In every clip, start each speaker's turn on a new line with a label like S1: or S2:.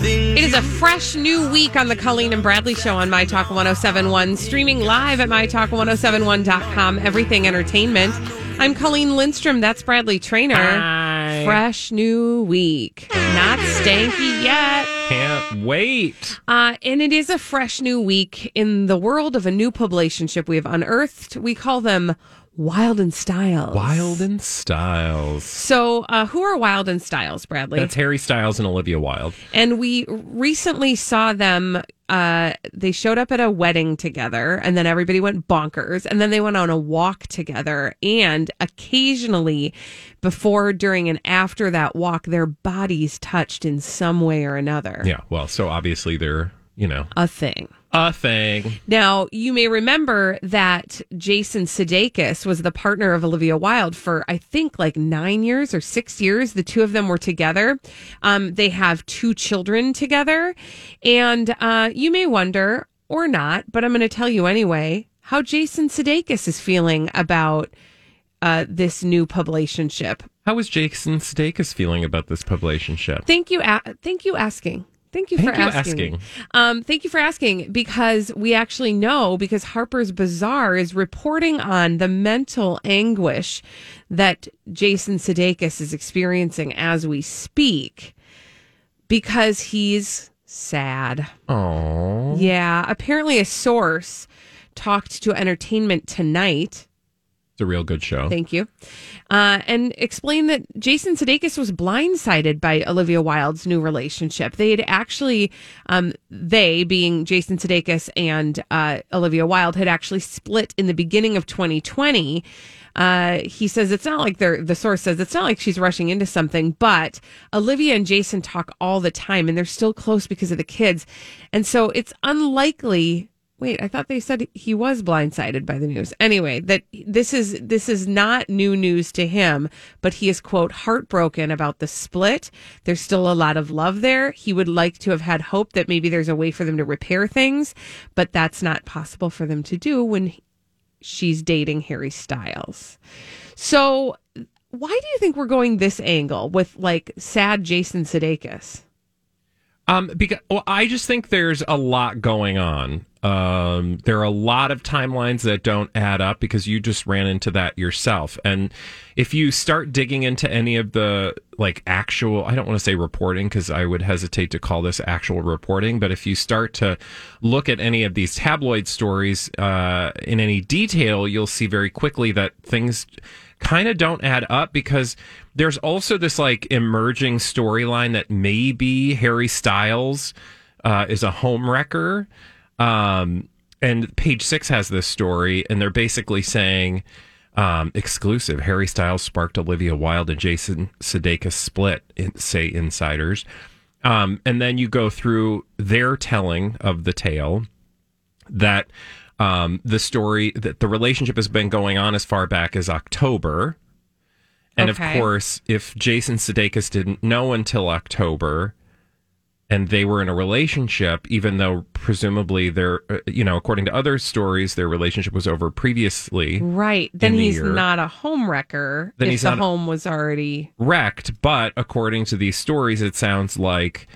S1: It is a fresh new week on the Colleen and Bradley show on My Talk 1071, streaming live at MyTalk1071.com, everything entertainment. I'm Colleen Lindstrom, that's Bradley Trainer. Fresh new week. Not stanky yet.
S2: Can't wait.
S1: Uh, and it is a fresh new week in the world of a new publicationship we have unearthed. We call them Wild and Styles.
S2: Wild and Styles.
S1: So, uh, who are Wild and Styles, Bradley?
S2: That's Harry Styles and Olivia Wilde.
S1: and we recently saw them uh they showed up at a wedding together and then everybody went bonkers and then they went on a walk together and occasionally before during and after that walk their bodies touched in some way or another
S2: Yeah, well, so obviously they're, you know,
S1: a thing
S2: a thing.
S1: now you may remember that jason sudeikis was the partner of olivia wilde for i think like nine years or six years the two of them were together um, they have two children together and uh, you may wonder or not but i'm going to tell you anyway how jason sudeikis is feeling about uh, this new publicationship
S2: How is Jason Sudeikis feeling about this publicationship?
S1: Thank you. A- thank you asking. Thank you for
S2: Thank you
S1: asking.
S2: asking.
S1: Um, thank you for asking because we actually know because Harper's Bazaar is reporting on the mental anguish that Jason Sudeikis is experiencing as we speak because he's sad.
S2: Oh,
S1: Yeah, apparently a source talked to Entertainment Tonight
S2: it's a real good show.
S1: Thank you. Uh, and explain that Jason Sudeikis was blindsided by Olivia Wilde's new relationship. They had actually, um, they being Jason Sudeikis and uh, Olivia Wilde, had actually split in the beginning of 2020. Uh, he says it's not like they're, the source says it's not like she's rushing into something, but Olivia and Jason talk all the time and they're still close because of the kids. And so it's unlikely Wait, I thought they said he was blindsided by the news. Anyway, that this is this is not new news to him, but he is quote heartbroken about the split. There's still a lot of love there. He would like to have had hope that maybe there's a way for them to repair things, but that's not possible for them to do when she's dating Harry Styles. So, why do you think we're going this angle with like sad Jason Sudeikis?
S2: Um, because well, I just think there's a lot going on. Um, there are a lot of timelines that don't add up because you just ran into that yourself. And if you start digging into any of the like actual, I don't want to say reporting because I would hesitate to call this actual reporting, but if you start to look at any of these tabloid stories uh, in any detail, you'll see very quickly that things kind of don't add up because there's also this like emerging storyline that maybe Harry Styles uh, is a home wrecker. Um, and page six has this story, and they're basically saying um, exclusive Harry Styles sparked Olivia Wilde and Jason Sudeikis split, in, say insiders. Um, and then you go through their telling of the tale that um, the story that the relationship has been going on as far back as October. And
S1: Okay.
S2: of course, if Jason Sudeikis didn't know until October and they were in a relationship, even though presumably their, uh, you know, according to other stories, their relationship was over previously.
S1: Right. Then
S2: the
S1: he's
S2: year.
S1: not a home wrecker
S2: Then
S1: if
S2: he's
S1: the
S2: not a-
S1: home was already
S2: wrecked, but according to these stories, it sounds like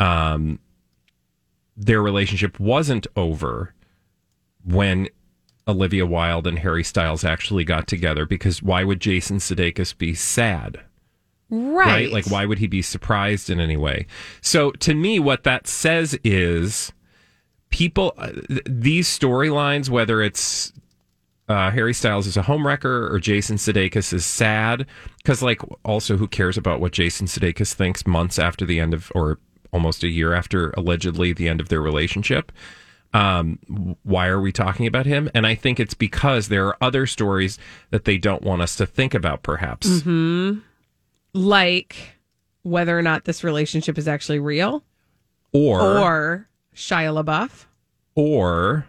S2: um, their relationship wasn't over when Olivia Wilde and Harry Styles actually got together. Because why would Jason Sudeikis be sad?
S1: right.
S2: Like, why would he be surprised in any way? So, to me, what that says is people, uh, th- these storylines, whether it's uh, Harry Styles is a homewrecker or Jason Sudeikis is sad. Because, like, also, who cares about what Jason Sudeikis thinks months after the end of, or almost a year after allegedly the end of their relationship? Um, why are we talking about him? And I think it's because there are other stories that they don't want us to think about, perhaps.
S1: like whether or not this relationship is actually real
S2: Or,
S1: or Shia LaBeouf.
S2: or,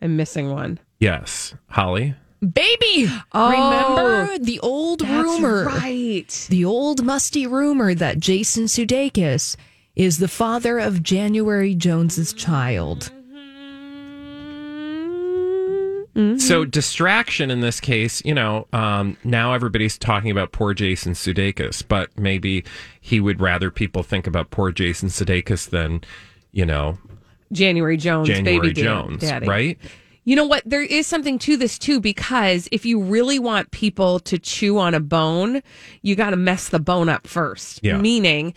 S1: I'm missing one.
S2: yes, Holly.
S3: Baby, remember the old rumor,
S1: Oh, right.
S3: the old musty rumor that Jason Sudeikis is the father of January Jones's child.
S1: Mm-hmm.
S2: So distraction in this case, you know, um, now everybody's talking about poor Jason Sudeikis, but maybe he would rather people think about poor Jason Sudeikis than, you know,
S1: January Jones,
S2: January
S1: baby Dan-
S2: Jones,
S1: daddy.
S2: right?
S1: You know what? There is something to this too, because if you really want people to chew on a bone, you got to mess the bone up first.
S2: Yeah.
S1: Meaning,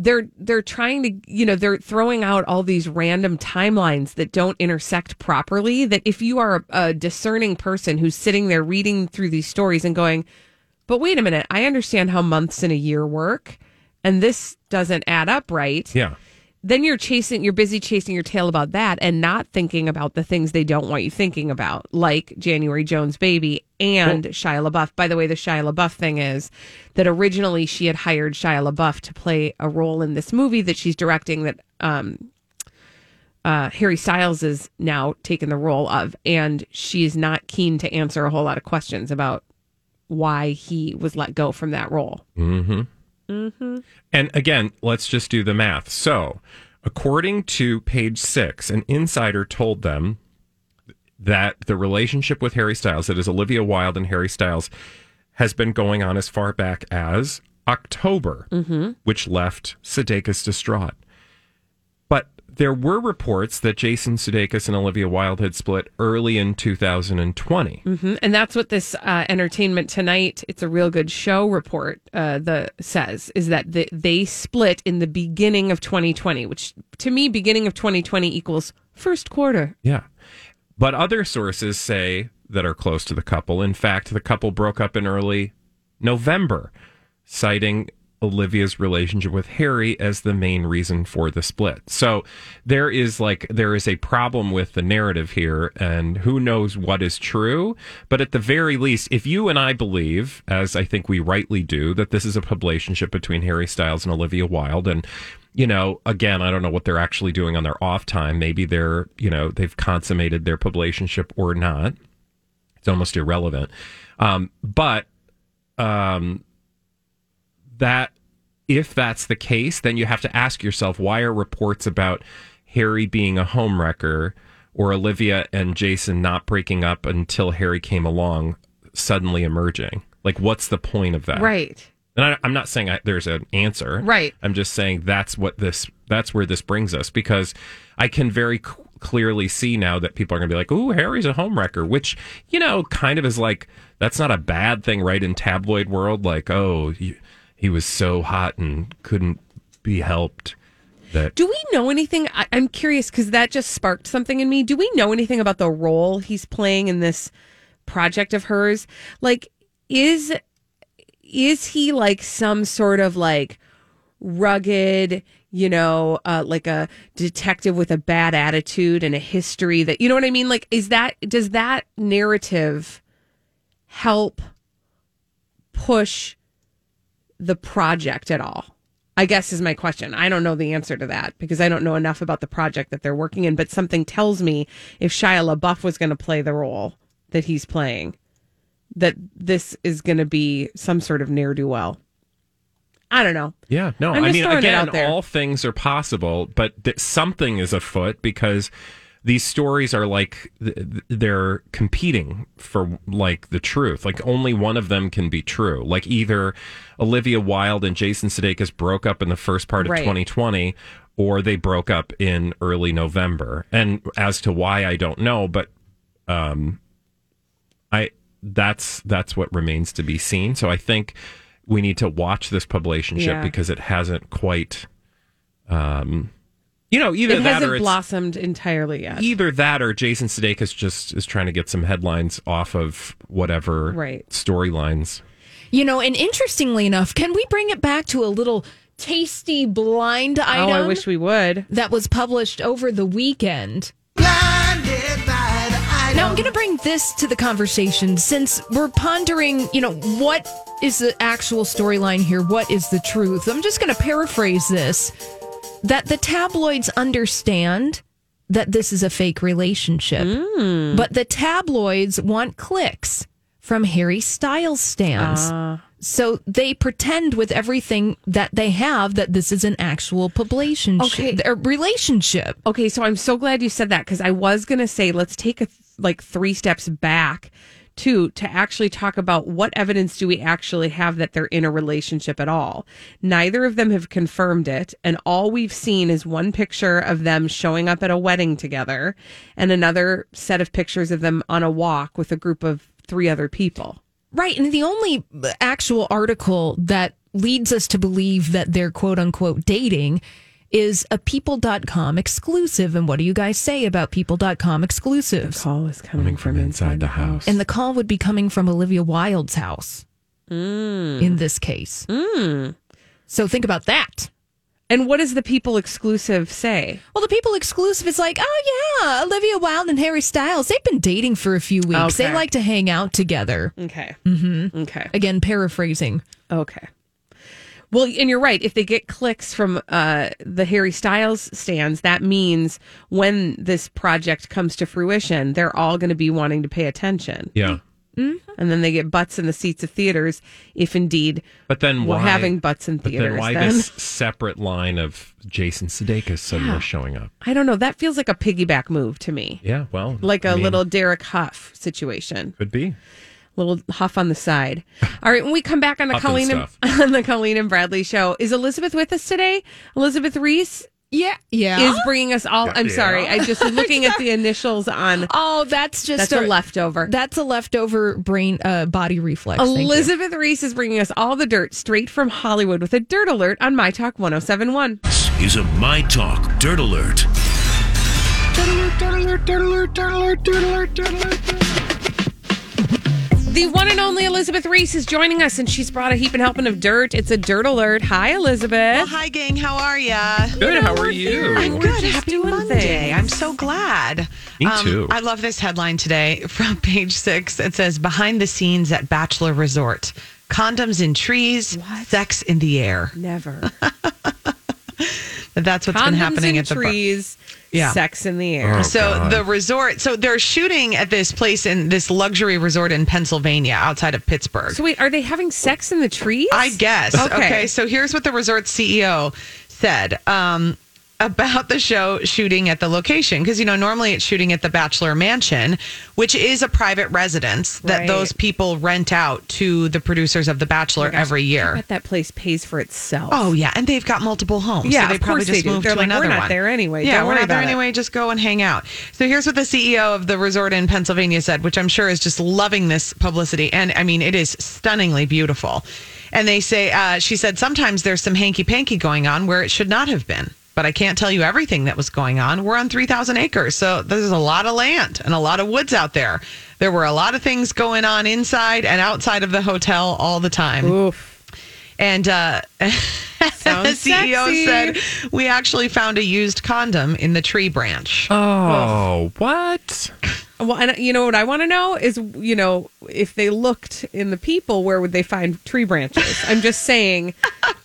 S1: they're they're trying to you know they're throwing out all these random timelines that don't intersect properly. That if you are a, a discerning person who's sitting there reading through these stories and going, but wait a minute, I understand how months in a year work, and this doesn't add up right
S2: Yeah.
S1: then you're chasing you're busy chasing your tail about that and not thinking about the things they don't want you thinking about like january jones baby and shia labeouf by the way the shia labeouf thing is that originally she had hired shia labeouf to play a role in this movie that she's directing that um uh, Harry Styles is now taking the role of, and she's not keen to answer a whole lot of questions about why he was let go from that role.
S2: And again, let's just do the math. So, according to page six, an insider told them that the relationship with Harry Styles, that is Olivia Wilde and Harry Styles, has been going on as far back as October, which left Sudeikis distraught. But there were reports that Jason Sudeikis and Olivia Wilde had split early in 2020.
S1: Mhm. And that's what this uh, Entertainment Tonight, it's a real good show report. Uh, the says is that the, they split in the beginning of 2020, which to me, beginning of 2020 equals first quarter.
S2: Yeah. But other sources say that are close to the couple. In fact, the couple broke up in early November, citing Olivia's relationship with Harry as the main reason for the split. So there is like there is a problem with the narrative here and who knows what is true, but at the very least if you and I believe as I think we rightly do that this is a relationship between Harry Styles and Olivia Wilde and you know, again, I don't know what they're actually doing on their off time. Maybe they're, you know, they've consummated their relationship or not. It's almost irrelevant. Um, but um, that if that's the case, then you have to ask yourself why are reports about Harry being a homewrecker or Olivia and Jason not breaking up until Harry came along suddenly emerging? Like, what's the point of that?
S1: Right.
S2: And I, I'm not saying I, there's an answer.
S1: Right.
S2: I'm just saying that's what this, that's where this brings us because I can very c- clearly see now that people are going to be like, ooh, Harry's a homewrecker, which, you know, kind of is like, that's not a bad thing, right? In tabloid world, like, oh, he, he was so hot and couldn't be helped that
S1: Do we know anything? I, I'm curious because that just sparked something in me. Do we know anything about the role he's playing in this project of hers? Like, is is he like some sort of like rugged, you know, uh, like a detective with a bad attitude and a history that you know what I mean? Like, is that does that narrative help push the project at all? I guess is my question. I don't know the answer to that because I don't know enough about the project that they're working in, but something tells me if Shia LaBeouf was going to play the role that he's playing, that this is going to be some sort of ne'er do well. I don't know.
S2: Yeah, no,
S1: I'm
S2: I
S1: just
S2: mean,
S1: throwing it
S2: again,
S1: out there.
S2: all things are possible, but th- something is afoot because these stories are like th- th- they're competing for like the truth. Like only one of them can be true. Like either Olivia Wilde and Jason Sudeikis broke up in the first part of
S1: Right.
S2: 2020, or they broke up in early November. And as to why, I don't know, but I that's that's what remains to be seen. So I think we need to watch this publicationship
S1: Yeah.
S2: because it hasn't quite um, You know, either
S1: it
S2: that
S1: hasn't
S2: or it's,
S1: blossomed entirely yet.
S2: either that or Jason Sudeikis just is trying to get some headlines off of whatever
S1: Right.
S2: storylines.
S3: You know, and interestingly enough, can we bring it back to a little tasty blind item
S1: oh, I wish we would.
S3: that was published over the weekend?
S4: Blinded by the
S3: Now I'm going to bring this to the conversation since we're pondering, you know, what is the actual storyline here? What is the truth? I'm just going to paraphrase this that the tabloids understand that this is a fake relationship, but the tabloids want clicks from Harry Styles stands. So they pretend with everything that they have that this is an actual publication
S1: Okay.
S3: a relationship.
S1: Okay, so I'm so glad you said that because I was going to say let's take a th- like three steps back to to actually talk about what evidence do we actually have that they're in a relationship at all. Neither of them have confirmed it, and all we've seen is one picture of them showing up at a wedding together, and another set of pictures of them on a walk with a group of three other people.
S3: Right. And the only actual article that leads us to believe that they're quote unquote dating is a people.com exclusive. And what do you guys say about people.com exclusives?
S1: Call is coming, from, inside the house.
S3: And the call would be coming from Olivia Wilde's house
S1: Mm.
S3: in this case. So think about that.
S1: And what does the people exclusive say?
S3: Well, the people exclusive is like, oh, yeah, Olivia Wilde and Harry Styles, they've been dating for a few weeks. They
S1: Okay.
S3: like to hang out together.
S1: Okay. Mm-hmm. Okay.
S3: Again, paraphrasing.
S1: Okay. Well, and you're right. If they get clicks from uh, the Harry Styles stands, that means when this project comes to fruition, they're all going to be wanting to pay attention.
S2: Yeah.
S1: And then they get butts in the seats of theaters, if indeed
S2: But then
S1: we're
S2: why
S1: having butts in
S2: But
S1: theaters.
S2: then why
S1: then.
S2: this separate line of Jason Sudeikis suddenly showing up?
S1: I don't know. That feels like a piggyback move to me.
S2: Yeah, well,
S1: Like a
S2: I mean,
S1: little Derek Huff situation.
S2: could be.
S1: little huff on the side. All right, when we come back on the
S2: Huff and
S1: Colleen and, on the Colleen and Bradley show, is Elizabeth with us today? Elizabeth Reese
S3: Yeah. Yeah.
S1: is bringing us all. I'm sorry, I just looking at the initials on
S3: Oh, that's just
S1: that's a leftover.
S3: That's a leftover brain uh, body reflex. Thank you.
S1: Elizabeth Reese is bringing us all the dirt straight from Hollywood with a dirt alert on My Talk 1071.
S5: This is a My Talk Dirt Alert.
S1: The one and only Elizabeth Reese is joining us, and she's brought a heap and helping of dirt. It's a dirt alert. Hi, Elizabeth.
S4: Well, hi, gang. How are ya?
S2: Good. how are you?
S4: I'm
S1: We're
S4: good.
S1: just
S4: Happy
S1: doing
S4: Monday.
S1: things.
S4: I'm so glad.
S2: Me
S1: Um,
S2: too.
S4: I love this headline today from page six. It says Behind the scenes at Bachelor Resort condoms in trees, sex in the air.
S1: Never.
S4: That's what's
S1: Condoms
S4: been happening
S1: in
S4: at the bar-
S1: trees,
S4: Yeah.
S1: sex in the
S2: Oh,
S1: air.
S4: so the resort, so they're shooting at this place in this luxury resort in Pennsylvania outside of Pittsburgh.
S1: So wait, are they having sex in the trees?
S4: I guess.
S1: Okay.
S4: Okay. So here's what the resort CEO said um, about the show shooting at the location. Because, you know, normally it's shooting at the Bachelor Mansion, which is a private residence that
S1: Right.
S4: those people rent out to the producers of The Bachelor every
S1: I
S4: year.
S1: bet that place pays for itself.
S4: Oh yeah, and they've got multiple homes.
S1: Yeah,
S4: so they
S1: of
S4: probably
S1: course
S4: just
S1: they do.
S4: moved
S1: They're
S4: to
S1: like, "We're
S4: another
S1: not
S4: one."
S1: there anyway.
S4: Yeah,
S1: Don't
S4: we're
S1: worry
S4: not there
S1: about it.
S4: anyway. Just go and hang out. So here's what the CEO of the resort in Pennsylvania said, which I'm sure is just loving this publicity, and I mean, it is stunningly beautiful. And they say, uh, she said, sometimes there's some hanky panky going on where it should not have been. But I can't tell you everything that was going on. We're on 3,000 acres, so there's a lot of land and a lot of woods out there. There were a lot of things going on inside and outside of the hotel all the time.
S1: Oof.
S4: And uh, the
S1: Sounds
S4: CEO
S1: sexy.
S4: said, We actually found a used condom in the tree branch.
S2: Oh, what?
S1: Well, and you know what I want to know is, you know, if they looked in the people, where would they find tree branches? I'm just saying,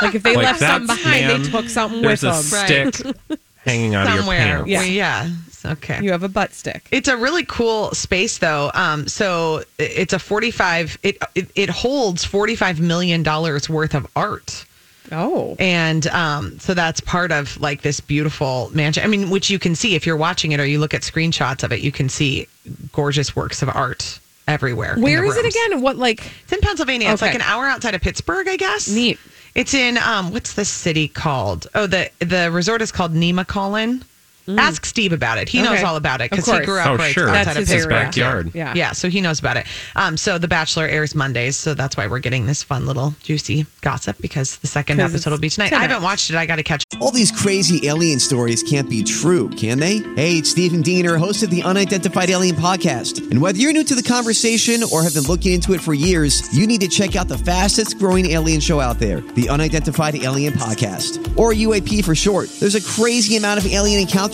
S1: like if they
S2: Like,
S1: left something
S2: that's-
S1: behind,
S2: ma'am,
S1: they took something with
S2: There's a
S1: them.
S2: stick hanging out of your
S4: Somewhere.
S2: pants.
S4: Yeah. yeah. Okay.
S1: You have a butt stick.
S4: It's a really cool space, though. Um, so i- it's a 45, it, it, it holds $45 million worth of art.
S1: oh,
S4: And um, so that's part of like this beautiful mansion. I mean, which you can see if you're watching it or you look at screenshots of it, you can see gorgeous works of art everywhere. in the
S1: where is it
S4: rooms.
S1: again? What like?
S4: It's in Pennsylvania. It's
S1: Okay.
S4: like an hour outside of Pittsburgh, I guess.
S1: Neat.
S4: It's in um, what's the city called? Oh, the the resort is called Nemacolin. Ask Steve about it. He knows
S1: Mm. Okay.
S4: all about it because
S1: Of
S4: he
S1: course.
S4: grew up
S2: Oh,
S4: right
S2: sure.
S4: outside
S1: That's
S4: of
S1: his
S2: his
S1: area.
S2: backyard.
S1: Yeah.
S4: yeah. so he knows about it. Um, so The Bachelor airs Mondays, so that's why we're getting this fun little juicy gossip because the second
S1: 'Cause
S4: episode will be
S1: it's
S4: tonight. I
S1: tonight.
S4: haven't watched it. I got to catch
S6: All these crazy alien stories can't be true, can they? Hey, it's Stephen Diener, host of the Unidentified Alien Podcast. And whether you're new to the conversation or have been looking into it for years, you need to check out the fastest growing alien show out there, the Unidentified Alien Podcast, or UAP for short. There's a crazy amount of alien encounter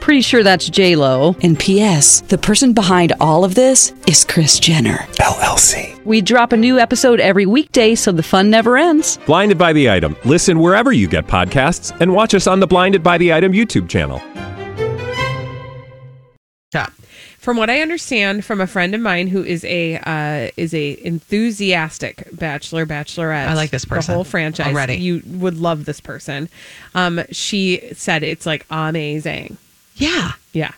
S7: Pretty sure that's J Lo. And P.S. The person behind all of this is Chris Jenner.
S8: LLC.
S7: We drop a new episode every weekday, so the fun never ends.
S8: Blinded by the item. Listen wherever you get podcasts, and watch us on the Blinded by the Item YouTube channel.
S4: up.
S1: From what I understand from a friend of mine who is a uh, is a enthusiastic bachelor bachelorette.
S4: I like this person
S1: The whole franchise.
S4: already.
S1: You would love this person. Um, she said it's like amazing.
S4: Yeah.
S1: Yeah.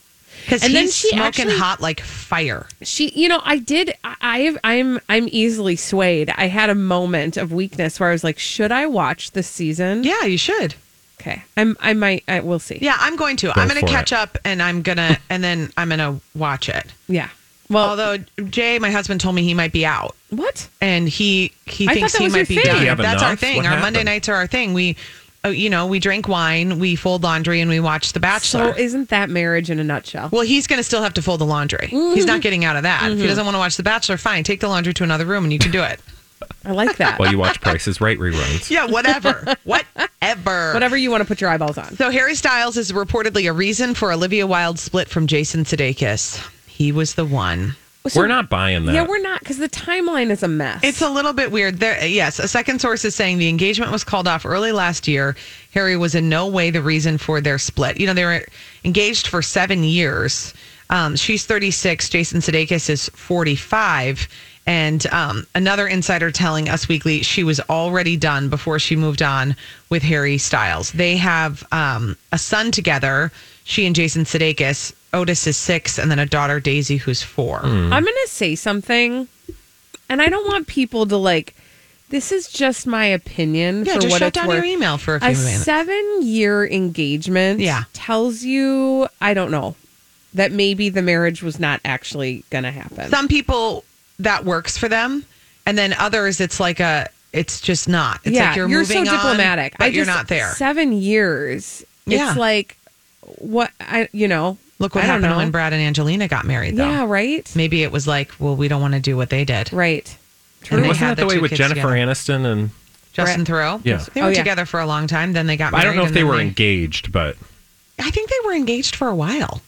S4: Because he's
S1: And then she
S4: smoking
S1: actually-
S4: hot like fire.
S1: she you know i did i I- i'm i'm easily swayed i had a moment of weakness where i was like should i watch this season
S4: Yeah, you should.
S1: okay i'm i might i will see
S4: Yeah, I'm going to. I'm going to
S2: for
S4: catch
S2: it.
S4: up and I'm going to, and then I'm going to watch it.
S1: yeah well
S4: Although Jay, my husband, told me he might be out.
S1: what
S4: and he he
S1: I
S4: thinks
S1: thought that
S4: he
S1: was
S4: might
S1: your
S4: be
S1: thing.
S4: done.
S2: You have
S4: That's our
S2: enough?
S4: thing.
S2: What
S4: our Monday
S2: happened?
S4: nights are our thing. We, uh, you know, we drink wine, we fold laundry, and we watch The Bachelor.
S1: so isn't that marriage in a nutshell
S4: well, he's going to still have to fold the laundry.
S1: Mm-hmm.
S4: He's not getting out of that. If he doesn't want to watch The Bachelor, fine. Take the laundry to another room, and you can do it.
S1: i like that
S2: While you watch Prices Right reruns.
S4: yeah, whatever, whatever,
S1: whatever you want to put your eyeballs on
S4: So Harry Styles is reportedly a reason for Olivia Wilde's split from Jason Sudeikis. He was the one.
S2: we're not buying that.
S1: yeah we're not because the timeline is a mess
S4: It's a little bit weird. There, yes, a second source is saying the engagement was called off early last year. Harry was in no way the reason for their split. You know, they were engaged for seven years. Um, she's 36. Jason Sudeikis is 45. And um, another insider telling Us Weekly she was already done before she moved on with Harry Styles. They have um, a son together. She and Jason Sudeikis. Otis is six, and then a daughter Daisy who's four.
S1: I'm going to say something, and I don't want people to like. This is just my opinion.
S4: Yeah,
S1: for
S4: just
S1: what
S4: shut
S1: it's
S4: down
S1: worth.
S4: your email for a few minutes.
S1: seven-year engagement.
S4: Yeah.
S1: tells you I don't know that maybe the marriage was not actually going to happen.
S4: some people that works for them and then others it's like a it's just not it's
S1: yeah,
S4: like you're,
S1: so
S4: moving on,
S1: diplomatic.
S4: but
S1: I
S4: you're
S1: just-
S4: not there
S1: Seven years.
S4: Yeah.
S1: It's like what I you know.
S4: look what
S1: I don't
S4: happened
S1: know.
S4: when brad and angelina got married though
S1: Yeah. Right.
S4: maybe it was like well we don't want to do what they did
S1: Right.
S4: And they
S2: Wasn't
S4: had
S2: that the, way
S4: two
S2: with
S4: kids
S2: Jennifer
S4: together.
S2: Aniston and
S4: justin Thoreau?
S2: Yeah.
S4: they were
S1: Oh, yeah.
S4: together for a long time then they got married
S2: I don't know if
S4: and
S2: they
S4: then
S2: were engaged, but
S4: i think they were engaged for a while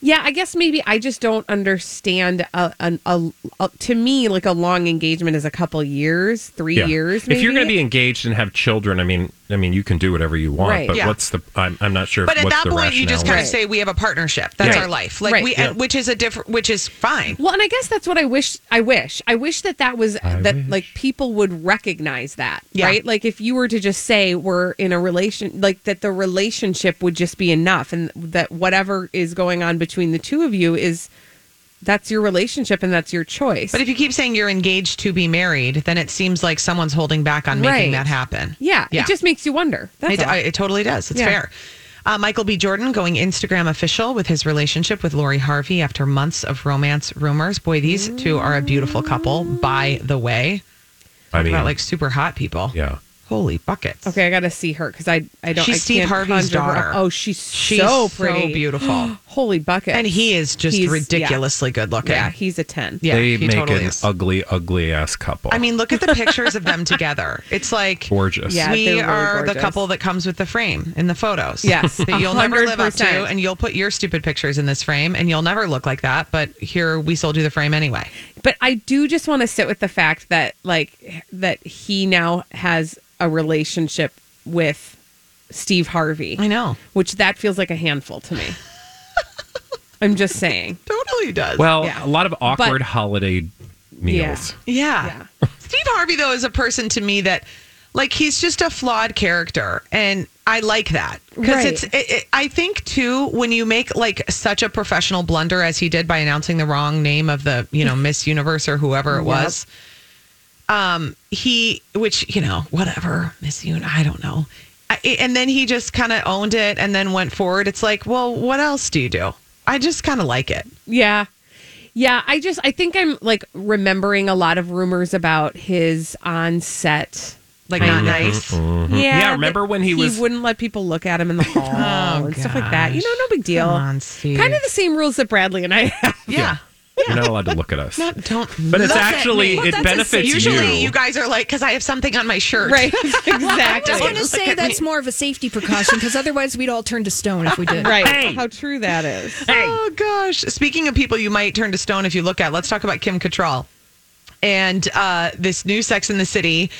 S1: Yeah, I guess maybe I just don't understand. A, an a, a, to me, like a long engagement is a couple years, three
S2: yeah.
S1: years. Maybe.
S2: If you're going to be engaged and have children, I mean, I mean, you can do whatever you want.
S1: Right.
S2: But
S4: Yeah.
S2: what's the? I'm, I'm not sure.
S4: but at
S2: what's
S4: that
S2: the
S4: point you just
S2: rationale
S4: kind of
S2: was.
S4: say we have a partnership that's
S2: Yeah.
S4: our life like
S1: Right.
S4: we and which is a different which is fine
S1: well, and I guess that's what I wish. I wish. I wish that that was that like people would recognize that,
S4: Yeah.
S1: right? Like if you were to just say we're in a relation, like that the relationship would just be enough, and that whatever is going on between the two of you is that's your relationship and that's your choice.
S4: but if you keep saying you're engaged to be married then it seems like someone's holding back on
S1: Right.
S4: making that happen
S1: yeah,
S4: Yeah.
S1: it just makes you wonder. That's
S4: It,
S1: all.
S4: I, it totally does. It's
S1: Yeah.
S4: fair. Uh, Michael B. Jordan going Instagram official with his relationship with Lori Harvey after months of romance rumors. Boy, these two are a beautiful couple, by the way.
S2: I mean,
S4: About like super hot people.
S2: yeah.
S4: Holy buckets.
S1: Okay, I gotta see her because I I don't.
S4: She's
S1: I
S4: Steve
S1: can't
S4: Harvey's
S1: conjure her
S4: daughter.
S1: up. Oh, she's,
S4: She's
S1: so pretty,
S4: beautiful.
S1: Holy bucket!
S4: and he is just
S1: He's- yeah.
S4: ridiculously good looking.
S1: yeah, he's a ten.
S4: Yeah,
S2: they
S4: he
S2: make
S4: totally
S2: an
S4: is.
S2: ugly, ugly ass couple.
S4: I mean, look at the pictures of them together. It's like
S2: gorgeous.
S1: Yeah.
S4: we
S1: they're really
S4: are the
S1: gorgeous.
S4: couple that comes with the frame in the photos.
S1: Yes,
S4: that you'll never live up to,
S1: 100%.
S4: and you'll put your stupid pictures in this frame, and you'll never look like that. But here, we sold you the frame anyway.
S1: But I do just want to sit with the fact that like that he now has a relationship with Steve Harvey,
S4: I know.
S1: which that feels like a handful to me. I'm just saying.
S4: Totally does.
S2: Well,
S1: Yeah.
S2: a lot of awkward
S1: But-
S2: holiday meals.
S4: Yeah. Steve Harvey, though, is a person to me that, like, he's just a flawed character. And I like that. Because
S1: Right.
S4: it's, it, it, I think, too, when you make, like, such a professional blunder as he did by announcing the wrong name of the, you know, Miss Universe or whoever it was, um, he, which, you know, whatever, Miss Un, I don't know. I, and then he just kind of owned it and then went forward. It's like, well, what else do you do? I just kind of like it.
S1: Yeah. Yeah, I just I think I'm like remembering a lot of rumors about his on set.
S4: Like, not nice.
S1: Yeah,
S2: Mm-hmm. Yeah, remember
S1: that
S2: when he was- Oh,
S1: wouldn't let people look at him in the hall and stuff like that. You know, no big deal.
S4: Oh, Come on, Steve.
S1: Kind of the same rules that Bradley and I have.
S4: Yeah.
S2: You're not allowed to look at us.
S4: Not, don't.
S2: but it's
S4: look at
S2: actually
S4: me.
S2: it
S3: that's a-
S2: benefits
S4: Usually, you.
S2: you.
S4: guys are like, because I have something on my shirt.
S1: Right.
S3: I just
S1: Exactly.
S3: want to say that's more of a safety precaution because otherwise we'd all turn to stone if we did.
S1: right. How true that is.
S4: Oh gosh. Speaking of people you might turn to stone if you look at, let's talk about Kim Cattrall and uh, this new Sex in the City.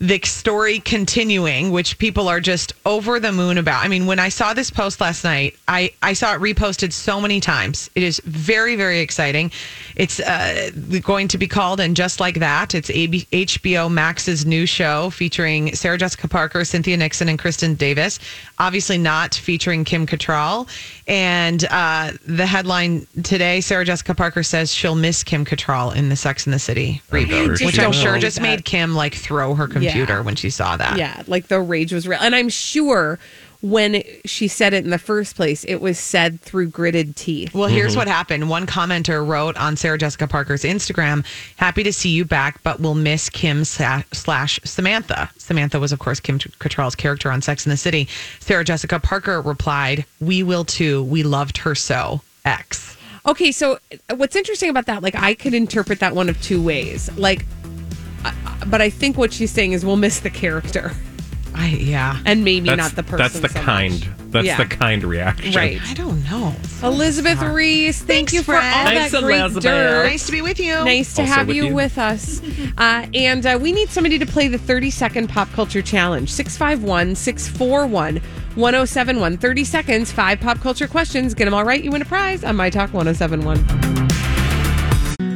S4: The story continuing, which people are just over the moon about. I mean, when I saw this post last night, I, I saw it reposted so many times. It is very, very exciting. It's uh, going to be called And Just Like That. It's AB- HBO Max's new show featuring Sarah Jessica Parker, Cynthia Nixon, and Kristen Davis. Obviously, not featuring Kim Cattrall. And uh, the headline today Sarah Jessica Parker says she'll miss Kim Cattrall in the Sex in the City
S2: sure
S4: reboot,
S2: she
S4: which I'm
S2: will.
S4: sure just
S1: That-
S4: made Kim like throw her computer when she saw that.
S1: Yeah, like the rage was real. And I'm sure when she said it in the first place, it was said through gritted teeth.
S4: Well, here's what happened. One commenter wrote on Sarah Jessica Parker's Instagram, "Happy to see you back, but will miss Kim sa- slash Samantha." Samantha was, of course, Kim Cattrall's character on Sex in the City. Sarah Jessica Parker replied, "We will too. We loved her so." X.
S1: Okay, so uh, what's interesting about that, like I could interpret that one of two ways. Like, I- I- but I think what she's saying is we'll miss the character
S4: I yeah.
S1: and maybe
S2: That's,
S1: not the person.
S2: that's the
S1: so much.
S2: kind. That's
S1: Yeah.
S2: the kind reaction.
S1: Right.
S4: I don't know.
S1: Elizabeth Reese, thank
S4: Thanks,
S1: you for
S4: Fran.
S1: all
S2: Thanks,
S1: that great
S2: Elizabeth.
S1: dirt.
S4: Nice to be with you.
S1: Nice to
S2: Also
S1: have
S2: with
S1: you,
S2: you.
S1: with us. Uh, and uh, we need somebody to play the 30 second pop culture challenge 651 641 1071. 30 seconds, five pop culture questions. Get them all right. You win a prize on My Talk 1071.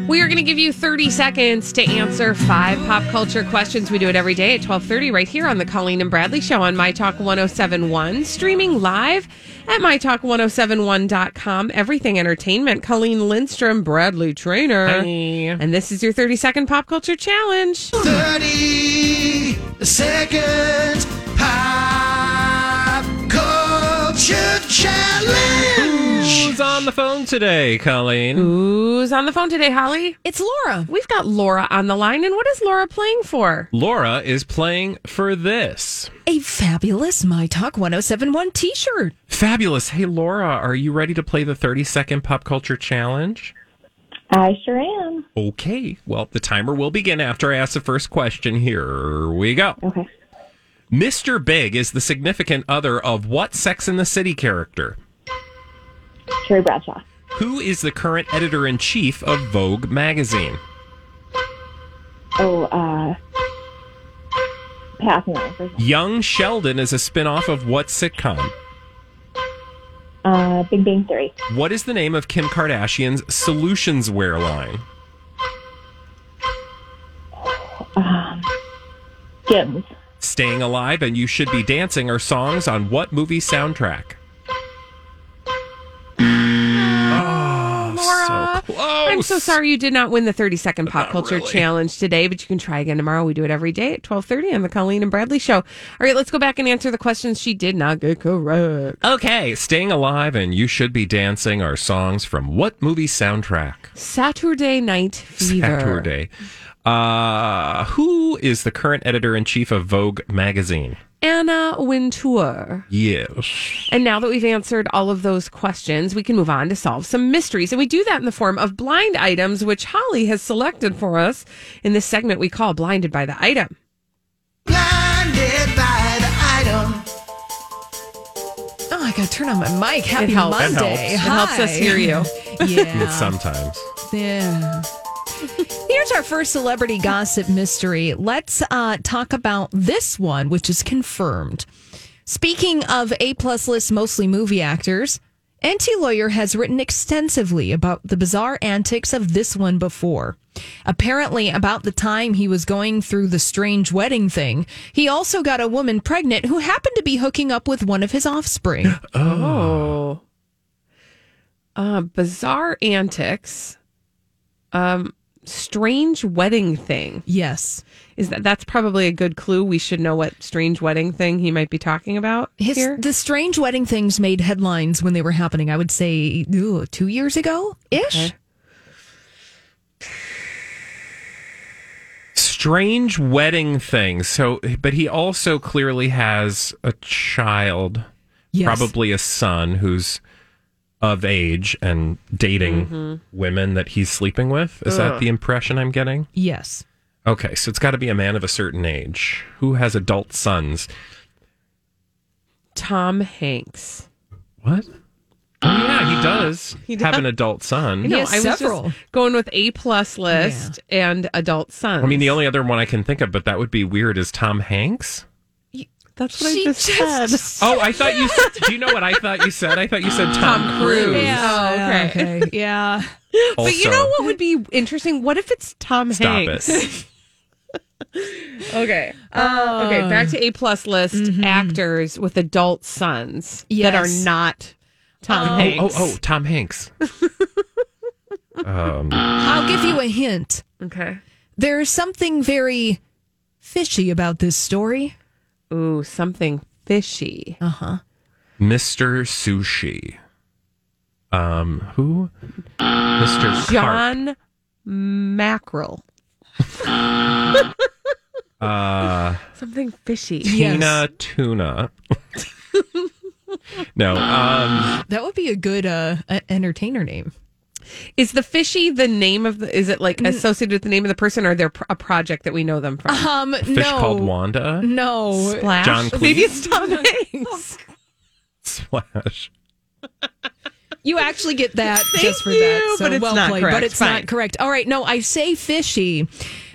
S1: We are going to give you 30 seconds to answer five pop culture questions. We do it every day at 12:30 right here on the Colleen and Bradley show on My Talk 1071, streaming live at mytalk1071.com. Everything Entertainment. Colleen Lindstrom, Bradley Trainer. And this is your 30 second pop culture challenge.
S5: 30 seconds pop culture challenge.
S2: Who's on the phone today, Colleen?
S1: Who's on the phone today, Holly?
S3: It's Laura.
S1: We've got Laura on the line. And what is Laura playing for?
S2: Laura is playing for this.
S3: A fabulous My Talk 1071 t shirt.
S2: Fabulous. Hey, Laura, are you ready to play the 30 second pop culture challenge?
S9: I sure am.
S2: Okay. Well, the timer will begin after I ask the first question. Here we go.
S9: Okay.
S2: Mr. Big is the significant other of what Sex in the City character?
S9: Terry Bradshaw.
S2: Who is the current editor in chief of Vogue magazine?
S9: Oh, uh, pass me on. first.
S2: Young Sheldon is a spin off of what sitcom?
S9: Uh, Big Bang Theory.
S2: What is the name of Kim Kardashian's solutions wear line?
S9: Gims.
S2: Staying Alive and You Should Be Dancing are songs on what movie soundtrack?
S1: Mm. Laura.
S2: Oh, so oh, close.
S1: I'm so sorry you did not win the 30 second pop culture challenge today, but you can try again tomorrow. We do it every day at 12:30 on the Colleen and Bradley show. All right, let's go back and answer the questions she did not get correct.
S2: Okay, Staying Alive and You Should Be Dancing are songs from what movie soundtrack?
S1: Saturday Night Fever.
S2: Saturday. Uh, who is the current editor in chief of Vogue magazine?
S1: Anna Wintour.
S2: Yes.
S1: And now that we've answered all of those questions, we can move on to solve some mysteries. And we do that in the form of blind items, which Holly has selected for us in this segment we call Blinded by the Item.
S5: Blinded by the item.
S3: Oh, I got to turn on my mic. Happy
S1: helps. That
S3: Monday.
S1: It helps us
S3: Hi.
S1: hear you.
S3: yeah.
S2: Sometimes.
S3: Yeah. Here's our first celebrity gossip mystery. Let's uh, talk about this one, which is confirmed. Speaking of A plus list, mostly movie actors, Anti Lawyer has written extensively about the bizarre antics of this one before. Apparently, about the time he was going through the strange wedding thing, he also got a woman pregnant who happened to be hooking up with one of his offspring.
S1: Oh. Uh, bizarre antics. Um, strange wedding thing.
S3: Yes.
S1: Is that that's probably a good clue. We should know what strange wedding thing he might be talking about
S3: His,
S1: here.
S3: the strange wedding things made headlines when they were happening, I would say ooh, two years ago ish.
S2: Strange wedding thing. So, but he also clearly has a child,
S3: Yes.
S2: probably a son who's of age and dating
S1: Mm-hmm.
S2: women that he's sleeping with. Is that
S3: Ugh.
S2: the impression I'm getting?
S3: Yes.
S2: Okay, so it's got to be a man of a certain age who has adult sons.
S1: Tom Hanks.
S2: What? Yeah, he does
S1: He
S2: have
S1: does.
S2: an adult son.
S1: You know, I was just going with A plus list and adult sons.
S2: I mean, the only other one I can think of, but that would be weird, is Tom Hanks.
S1: that's what I just, said.
S2: Oh, I thought you. s- Do you know what I thought you said? I thought you said Tom, Cruise.
S1: Yeah,
S3: Oh, okay. yeah.
S1: But you
S2: Also-
S1: know what would be interesting? What if it's Tom
S2: Stop
S1: Hanks?
S2: it.
S1: okay. Uh, okay. Back to A plus list actors with adult sons that
S3: Yes.
S1: are not Tom
S3: Oh.
S2: Oh,
S1: Hanks.
S2: oh, Tom Hanks. um,
S3: I'll give you a hint.
S1: Okay.
S3: There's something very fishy about this story.
S1: Ooh, something fishy.
S3: Uh huh.
S2: Mr. Sushi. Um, who? Mr. Carp.
S1: John Mackerel.
S2: Uh,
S1: Something fishy.
S3: Yes.
S2: Tina Tuna. no. Um,
S3: That would be a good uh, a- entertainer name.
S1: Is the fishy the name of the? Is it like associated with the name of the person, or they're pro- a project that we know them from?
S3: Um,
S2: fish
S3: no.
S2: called Wanda.
S3: No.
S1: Uh-huh. Splash.
S2: John Cleese.
S1: Maybe it's Tom Hanks.
S2: Splash.
S3: You actually get that just for
S1: Thank
S3: that.
S1: you,
S3: So
S1: but it's
S3: well
S1: not
S3: played, but
S1: correct.
S3: it's
S1: Fine.
S3: not correct. All right, no, I say fishy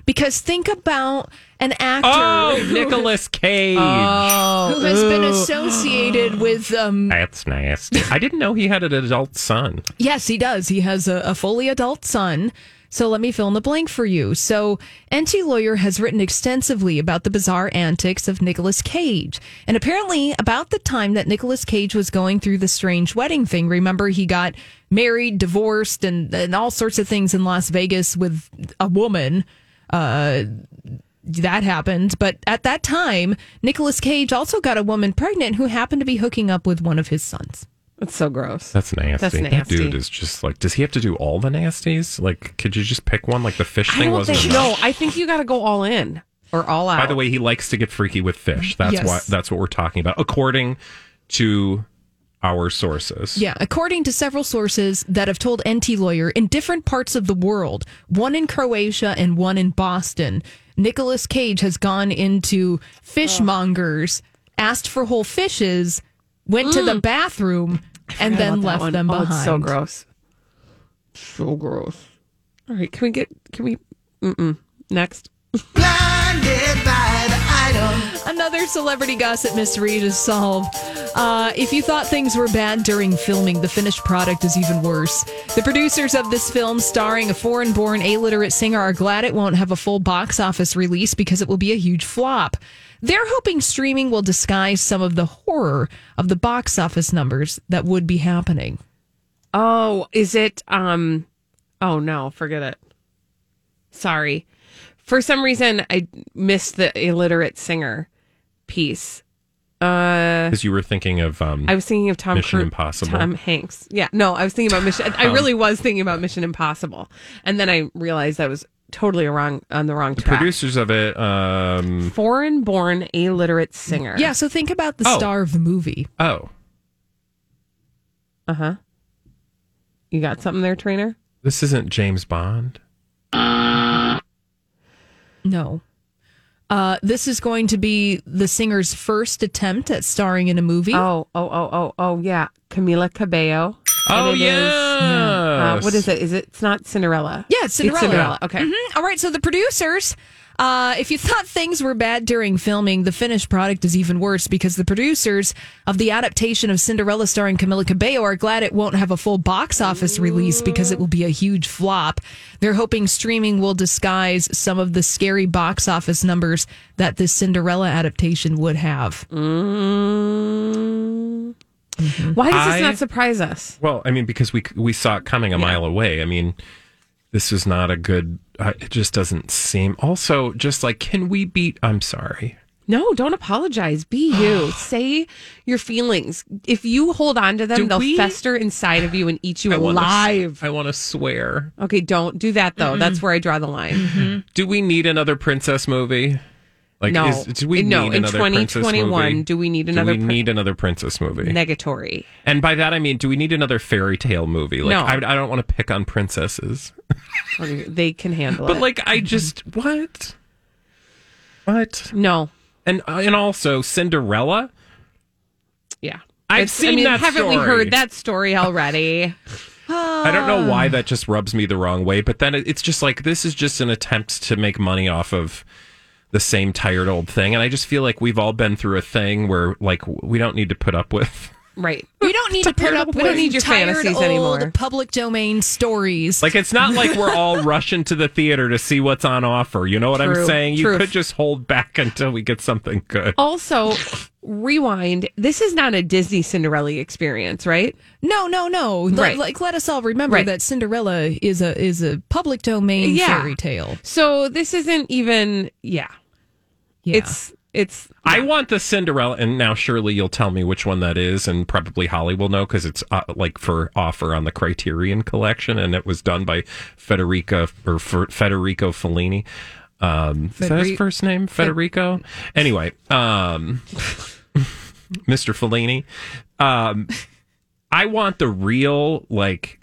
S3: because think about an actor
S2: Oh, Nicholas Cage.
S1: Oh.
S3: who has been associated with um
S2: That's nasty. I didn't know he had an adult son.
S3: Yes, he does. He has a, a fully adult son. So let me fill in the blank for you. So, NT Lawyer has written extensively about the bizarre antics of Nicolas Cage. And apparently, about the time that Nicolas Cage was going through the strange wedding thing, remember he got married, divorced, and, and all sorts of things in Las Vegas with a woman. Uh, that happened. But at that time, Nicolas Cage also got a woman pregnant who happened to be hooking up with one of his sons.
S1: That's so gross.
S2: That's nasty.
S1: That's
S2: That
S1: nasty.
S2: dude is just like, does he have to do all the nasties? Like, could you just pick one? Like, the fish thing wasn't
S1: think,
S2: enough.
S1: no, I think you got to go all in or all out.
S2: By the way, he likes to get freaky with fish. That's
S3: Yes.
S2: why. That's what we're talking about, according to our sources.
S3: Yeah, according to several sources that have told NT Lawyer in different parts of the world, one in Croatia and one in Boston, Nicolas Cage has gone into fishmongers, asked for whole fishes, went to the
S1: Mm.
S3: bathroom, and
S1: I love
S3: then
S1: that
S3: left
S1: one.
S3: them
S1: Oh,
S3: behind.
S1: it's so gross. So gross. All right, can we get? Can we? Mm-mm. Next.
S5: Blinded by the item.
S3: Another celebrity gossip mystery to solve. Uh, if you thought things were bad during filming, the finished product is even worse. The producers of this film, starring a foreign born illiterate singer, are glad it won't have a full box office release because it will be a huge flop. They're hoping streaming will disguise some of the horror of the box office numbers that would be happening.
S1: Oh, is it? Um. Oh no, forget it. Sorry. For some reason, I missed the illiterate singer piece. Uh,
S2: Because you were thinking of um,
S1: I was thinking of Tom
S2: Mission
S1: Cruise-
S2: Impossible.
S1: Tom Hanks. Yeah, no, I was thinking about Mission. I really was thinking about Mission Impossible, and then I realized I was totally wrong on the wrong track.
S2: producers of it. Um,
S1: foreign born illiterate singer.
S3: Yeah, so think about the
S2: Oh.
S3: star of the movie.
S2: oh,
S1: Uh huh. You got something there, trainer?
S2: this isn't James Bond.
S3: No. Uh, this is going to be the singer's first attempt at starring in a movie.
S1: Oh, oh, oh, oh, oh, yeah. Camila Cabello.
S2: Oh
S1: And it is-
S2: yeah.
S1: Uh, what is it? Is it? It's not Cinderella.
S3: Yeah, it's Cinderella. Mm-hmm.
S1: Cinderella, okay.
S3: Mhm. All right. So the producers Uh, if you thought things were bad during filming, the finished product is even worse because the producers of the adaptation of Cinderella starring Camila Cabello are glad it won't have a full box office release because it will be a huge flop. They're hoping streaming will disguise some of the scary box office numbers that this Cinderella adaptation would have.
S1: Why does
S2: I-
S1: this not surprise us?
S2: Well, I mean, because we we saw it coming a mile away. I mean, this is not a good. Uh, it just doesn't seem. Also, just like, can we beat? I'm sorry.
S1: No, don't apologize. Be you. Say your feelings. If you hold on to them,
S2: Do
S1: they'll
S2: we-
S1: fester inside of you and eat you
S2: I wanna s-
S1: alive.
S2: I want to swear.
S1: Okay, don't do that though. That's where I draw the line.
S2: Do we need another princess movie? Like,
S1: no,
S2: is, do we
S1: no.
S2: need
S1: In
S2: another princess movie?
S1: 2021, do we need
S2: Do
S1: another
S2: we
S1: prin-
S2: need another princess movie?
S1: negatory?
S2: and by that I mean, do we need another fairy tale movie? Like,
S1: No.
S2: I, I don't want to pick on princesses,
S1: Okay, They can handle
S2: but
S1: it.
S2: like, I just what, what,
S1: no,
S2: and and also Cinderella.
S1: yeah.
S2: I've
S1: It's-
S2: seen
S1: I mean,
S2: that
S1: Haven't we
S2: story.
S1: heard that story already?
S2: I don't
S1: Ah.
S2: know why that just rubs me the wrong way, but then it, it's just like this is just an attempt to make money off of the same tired old thing, and I just feel like we've all been through a thing where like w- we don't need to put up with
S1: right.
S3: We don't need to put up
S1: We don't
S3: with
S1: need your
S3: tired
S1: fantasies
S3: old
S1: anymore.
S3: public domain stories.
S2: like it's not like we're all rushing to the theater to see what's on offer. You know what
S1: True,
S2: I'm saying? You
S1: truth.
S2: could just hold back until we get something good.
S1: Also, rewind. This is not a Disney Cinderella experience, right?
S3: No, no, no. Like-
S1: Right.
S3: Like, let us all remember
S1: Right.
S3: that Cinderella is a is a public domain
S1: Yeah.
S3: fairy tale.
S1: So this isn't even. Yeah,
S3: Yeah.
S1: it's it's
S2: I want the Cinderella, and now surely you'll tell me which one that is, and probably Holly will know because it's uh, like for offer on the Criterion Collection, and it was done by Federica or F- Federico Fellini. Um, is that
S3: Federi-
S2: his first name? Federico. anyway, um, Mr. Fellini. Um, I want the real like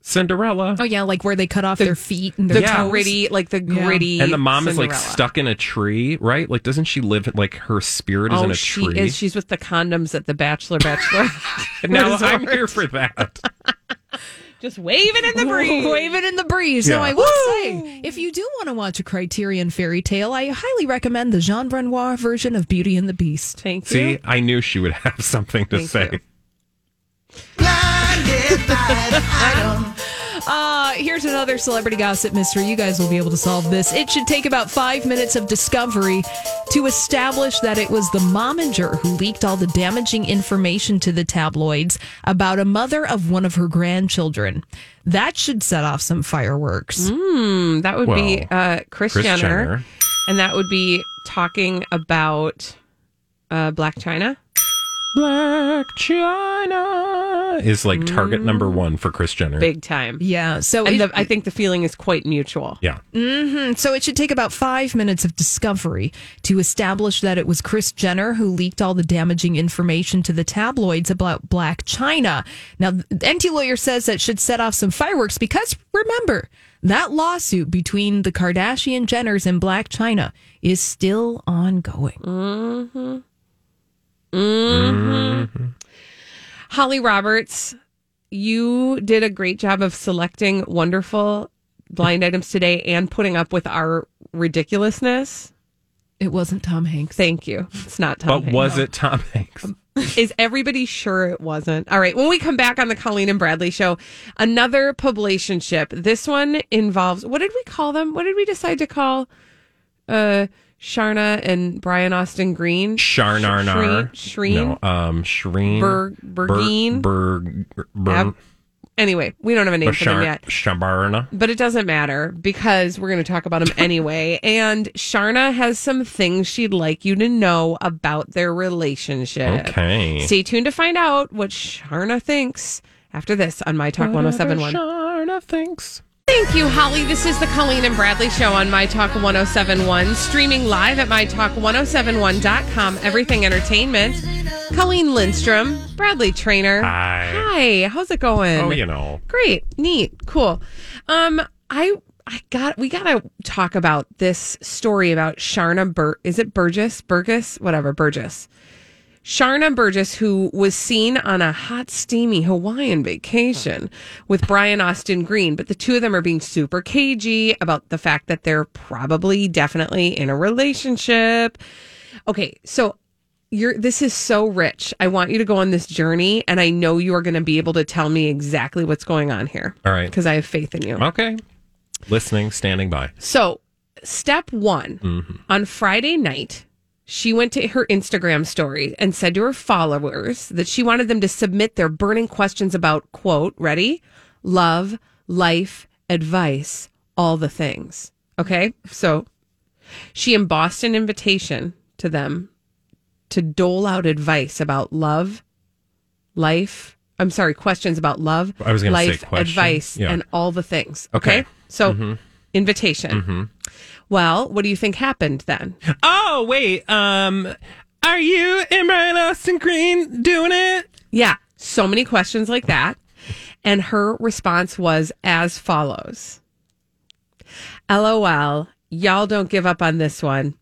S2: Cinderella.
S3: oh yeah, like where they cut off their feet and
S1: the
S3: their toes.
S1: gritty, like the gritty.
S2: And the mom is like
S1: Oh, Cinderella.
S2: stuck in a tree, right? Like, doesn't she live? Like, her spirit is in
S1: Oh,
S2: a
S1: she
S2: tree.
S1: is. She's with the condoms at the Bachelor Bachelor.
S2: And now I'm
S1: resort.
S2: here for that.
S1: Just waving in the breeze.
S3: Wave it in the breeze. No,
S2: Yeah.
S3: I will say, if you do want to watch a Criterion fairy tale, I highly recommend the Jean Renoir version of Beauty and the Beast.
S1: Thank you.
S2: See, I knew she would have something to
S1: Thank
S2: say.
S1: you.
S5: blinded by the item.
S3: Uh, here's another celebrity gossip mystery. You guys will be able to solve this. It should take about five minutes of discovery to establish that it was the momager who leaked all the damaging information to the tabloids about a mother of one of her grandchildren. That should set off some fireworks.
S1: Mm, that would be
S2: Well,
S1: uh, Chris,
S2: Kris
S1: Jenner,
S2: Jenner.
S1: and that would be talking about uh, Black China.
S2: Black China is like target number one for Chris Jenner.
S1: Big time.
S3: Yeah. So
S1: And the,
S3: it-
S1: I think the feeling is quite mutual.
S2: Yeah.
S3: So it should take about five minutes of discovery to establish that it was Chris Jenner who leaked all the damaging information to the tabloids about Black China. Now, the NT lawyer says that should set off some fireworks because remember, that lawsuit between the Kardashian Jenners and Black China is still ongoing.
S1: Holly Roberts, you did a great job of selecting wonderful blind items today and putting up with our ridiculousness.
S3: It wasn't Tom Hanks.
S1: Thank you. It's not Tom.
S2: But
S1: Hanks.
S2: was it Tom Hanks?
S1: Is everybody sure it wasn't? All right. When we come back on the Colleen and Bradley show, another publicationship. This one involves what did we call them? What did we decide to call uh Sharna and Brian Austin Green?
S2: Sharnar.
S1: Shreen- Shreen?
S2: No, um, Shreen.
S1: Berg- Bergeen?
S2: Berg. Berg.
S1: Ab- anyway, we don't have a name for them
S2: Bashar-
S1: yet.
S2: Shabarna.
S1: But it doesn't matter because we're going to talk about them anyway. And Sharna has some things she'd like you to know about their relationship.
S2: Okay.
S1: Stay tuned to find out what Sharna thinks after this on My Talk 1071.
S2: Sharna thinks.
S1: Thank you, Holly. This is the Colleen and Bradley Show on My Talk 1071, streaming live at MyTalk1071.com, everything entertainment. Colleen Lindstrom, Bradley Trainer.
S2: Hi.
S1: Hi, how's it going?
S2: Oh, you know.
S1: Great, neat, cool. Um, I I got we gotta talk about this story about Sharna Bur is it Burgess? Burgess? Whatever, Burgess. Sharna Burgess, who was seen on a hot, steamy Hawaiian vacation with Brian Austin Green, but the two of them are being super cagey about the fact that they're probably definitely in a relationship. Okay, so you're this is so rich. I want you to go on this journey, and I know you are going to be able to tell me exactly what's going on here.
S2: All right.
S1: because I have faith in you.
S2: Okay. Listening, standing by.
S1: So, step one
S2: Mhm.
S1: on Friday night, she went to her Instagram story and said to her followers that she wanted them to submit their burning questions about, quote, ready, love, life, advice, all the things. Okay. So, she embossed an invitation to them to dole out advice about love, life. I'm sorry, questions about love,
S2: I was gonna say
S1: life,
S2: questions.
S1: advice,
S2: Yeah.
S1: and all the things. Okay.
S2: Okay.
S1: So,
S2: Mhm.
S1: invitation.
S2: Mm-hmm.
S1: Well, what do you think happened then?
S2: Oh wait, um, are you and Brian Austin Green doing it?
S1: Yeah, so many questions like that. And her response was as follows LOL, y'all don't give up on this one.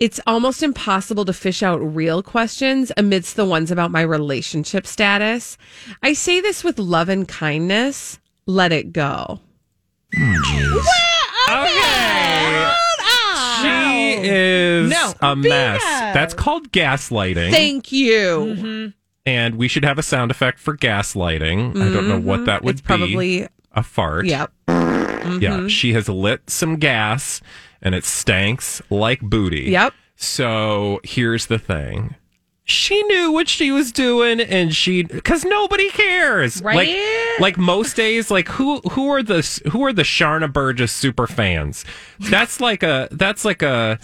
S1: It's almost impossible to fish out real questions amidst the ones about my relationship status. I say this with love and kindness. Let it go.
S2: Okay. She is
S1: No.
S2: a mess. That's called gaslighting.
S1: Thank you.
S2: and we should have a sound effect for gaslighting. I don't know what that would
S1: Mm-hmm. It's probably-
S2: be. A fart.
S1: Yep. Mm-hmm.
S2: Yeah. She has lit some gas and it stanks like booty.
S1: Yep.
S2: So here's the thing. She knew what she was doing and she cuz nobody cares.
S1: Right?
S2: Like like most days like who who are the who are the Sharna Burgess super fans? That's like a that's like a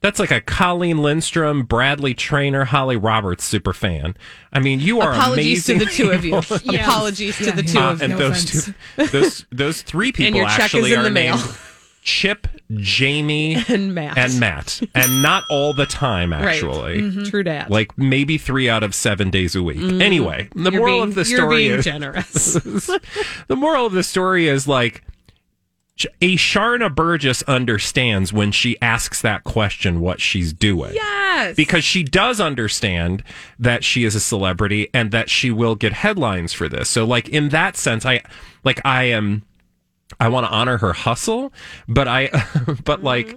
S2: that's like a Colleen Lindstrom, Bradley Trainer, Holly Roberts super fan. I mean, you are
S1: Apologies to
S2: amazing
S1: the two of you.
S2: people.
S1: Apologies to the two
S2: Uh,
S1: of you.
S2: and those two, those those three people
S1: your check is
S2: actually
S1: in
S2: are
S1: the mail.
S2: named Chip, Jamie,
S1: And Matt.
S2: and Matt, and not all the time
S1: Right.
S2: actually.
S1: Mhm. True dat.
S2: Like maybe three out of seven days a week.
S1: Mhm.
S2: Anyway, the
S1: You're
S2: moral
S1: being-
S2: of the
S1: you're
S2: story
S1: being
S2: is
S1: generous.
S2: the moral of the story is like Sh- a Sharna Burgess understands when she asks that question what she's doing.
S1: Yes.
S2: Because she does understand that she is a celebrity and that she will get headlines for this. So like in that sense I like I am I want to honor her hustle, but I but like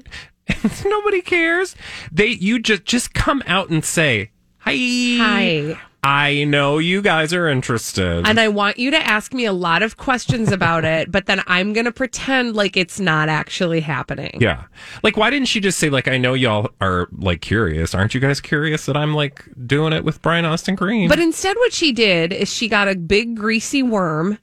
S1: Mm-hmm.
S2: nobody cares. They you just just come out and say, "Hi.
S1: Hi.
S2: I know you guys are interested."
S1: And I want you to ask me a lot of questions about it, but then I'm going to pretend like it's not actually happening.
S2: Yeah. Like, why didn't she just say, like, I know y'all are, like, curious. Aren't you guys curious that I'm, like, doing it with Brian Austin Green?
S1: But instead, what she did is she got a big greasy worm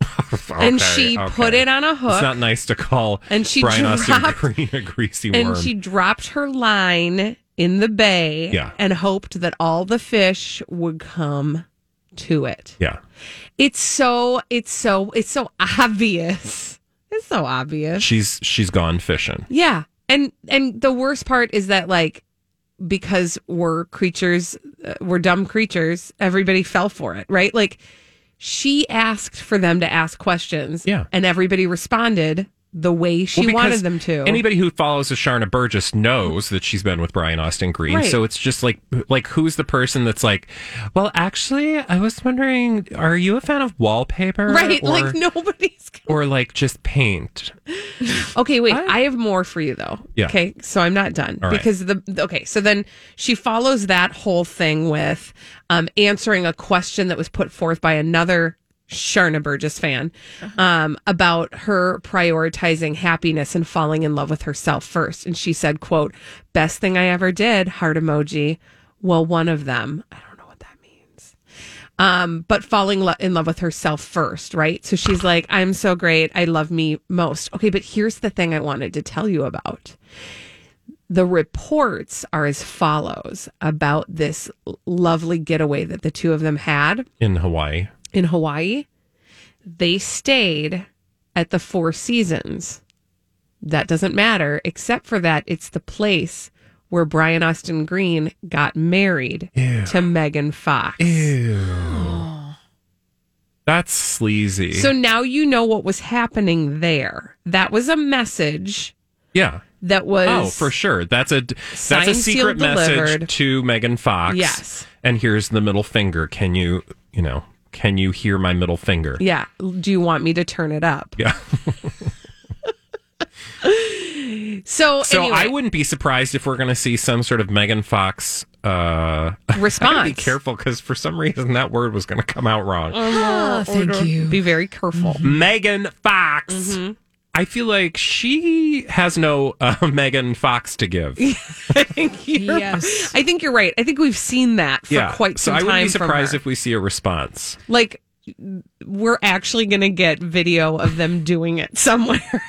S1: and she put it on a hook.
S2: It's not nice to call
S1: And she
S2: Brian
S1: dropped-
S2: Austin Green a greasy worm.
S1: and she dropped her line in the bay
S2: Yeah.
S1: and hoped that all the fish would come to it.
S2: yeah.
S1: It's so, it's so, it's so obvious. It's so obvious.
S2: She's she's gone fishing.
S1: Yeah. And and the worst part is that like because we're creatures, uh, we're dumb creatures, everybody fell for it, right? Like she asked for them to ask questions.
S2: Yeah.
S1: And everybody responded the way she
S2: Well, because
S1: wanted them to.
S2: Anybody who follows Asharna Burgess knows that she's been with Brian Austin Green.
S1: Right.
S2: So it's just like like who's the person that's like, well, actually, I was wondering, are you a fan of wallpaper?
S1: right.
S2: Or,
S1: like nobody's.
S2: or like just paint.
S1: Okay, wait. I have more for you though.
S2: Yeah.
S1: Okay. So I'm not done
S2: All right.
S1: because the okay. So then she follows that whole thing with um, answering a question that was put forth by another Sharna Burgess fan
S2: Uh-huh.
S1: um, about her prioritizing happiness and falling in love with herself first. And she said, "quote Best thing I ever did." Heart emoji. Well, one of them. I don't know what that means. Um, but falling lo- in love with herself first, right? So she's like, "I'm so great. I love me most." Okay, but here's the thing I wanted to tell you about the reports are as follows about this l- lovely getaway that the two of them had
S2: In Hawaii.
S1: in Hawaii. They stayed at the Four Seasons. That doesn't matter, except for that it's the place where Brian Austin Green got married to Megan Fox.
S2: That's sleazy.
S1: So now you know what was happening there. That was a message
S2: yeah.
S1: that was
S2: Oh, for sure. That's a that's a
S1: Signed,
S2: secret
S1: sealed,
S2: message
S1: delivered.
S2: to Megan Fox.
S1: Yes.
S2: And here's the middle finger. Can you, you know, can you hear my middle finger?
S1: Yeah. Do you want me to turn it up?
S2: Yeah.
S1: So,
S2: So
S1: anyway,
S2: I wouldn't be surprised if we're going to see some sort of Megan Fox uh I gotta be
S1: Response.
S2: careful cuz for some reason that word was going to come out wrong.
S1: Ah,
S3: thank you.
S1: Be very careful.
S2: Megan Fox.
S1: Mm-hmm.
S2: I feel like she has no uh, Megan Fox to give.
S1: I think you're,
S3: Yes.
S1: I think you're right. I think we've seen that for quite
S2: so
S1: some
S2: I
S1: time.
S2: wouldn't be
S1: from
S2: surprised
S1: her.
S2: if we see a response.
S1: like we're actually going to get video of them doing it somewhere.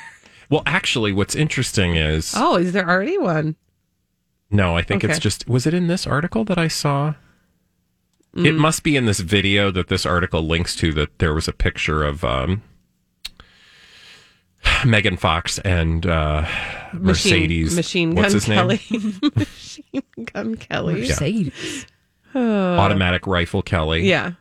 S2: Well, actually, what's interesting is
S1: oh, is there already one?
S2: no, I think it's
S1: Okay.
S2: just was it in this article that I saw? It
S1: Mm.
S2: must be in this video that this article links to that there was a picture of um, Megan Fox and uh, Mercedes.
S1: Machine
S2: what's
S1: Gun
S2: his name?
S1: Kelly. Machine Gun Kelly.
S3: Mercedes.
S2: Automatic Rifle Kelly.
S1: Yeah.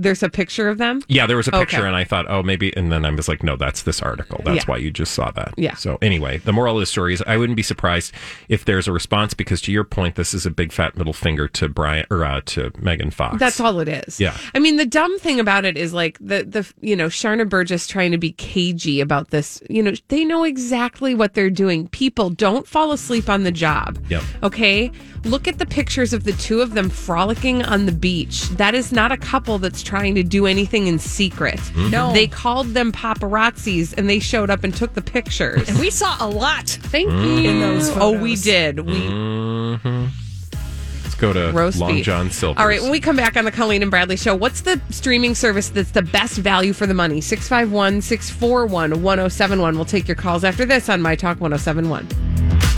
S1: There's a picture of them.
S2: Yeah, there was a
S1: Okay.
S2: picture, and I thought, oh, maybe. And then I was like, no, that's this article. That's
S1: Yeah.
S2: why you just saw that.
S1: Yeah.
S2: So, anyway, the moral of the story is I wouldn't be surprised if there's a response because, to your point, this is a big fat middle finger to Brian or uh, to Megan Fox.
S1: That's all it is.
S2: Yeah.
S1: I mean, the dumb thing about it is like the the you know Sharna Burgess trying to be cagey about this. You know, they know exactly what they're doing. People don't fall asleep on the job.
S2: Yep.
S1: Okay. Look at the pictures of the two of them frolicking on the beach. That is not a couple that's trying to do anything in secret.
S2: Mm-hmm.
S3: No.
S1: They called them paparazzis and they showed up and took the pictures.
S3: We saw a lot.
S1: Thank you.
S3: those
S1: Oh, we
S3: photos.
S1: did. We
S2: hmm Let's go to
S1: roast
S2: Mm. Long
S1: beef.
S2: John Silver.
S1: All right, when we come back on the Colleen and Bradley show, what's the streaming service that's the best value for the oh money? 651 641 1071. We'll take your calls after this on My Talk 1071.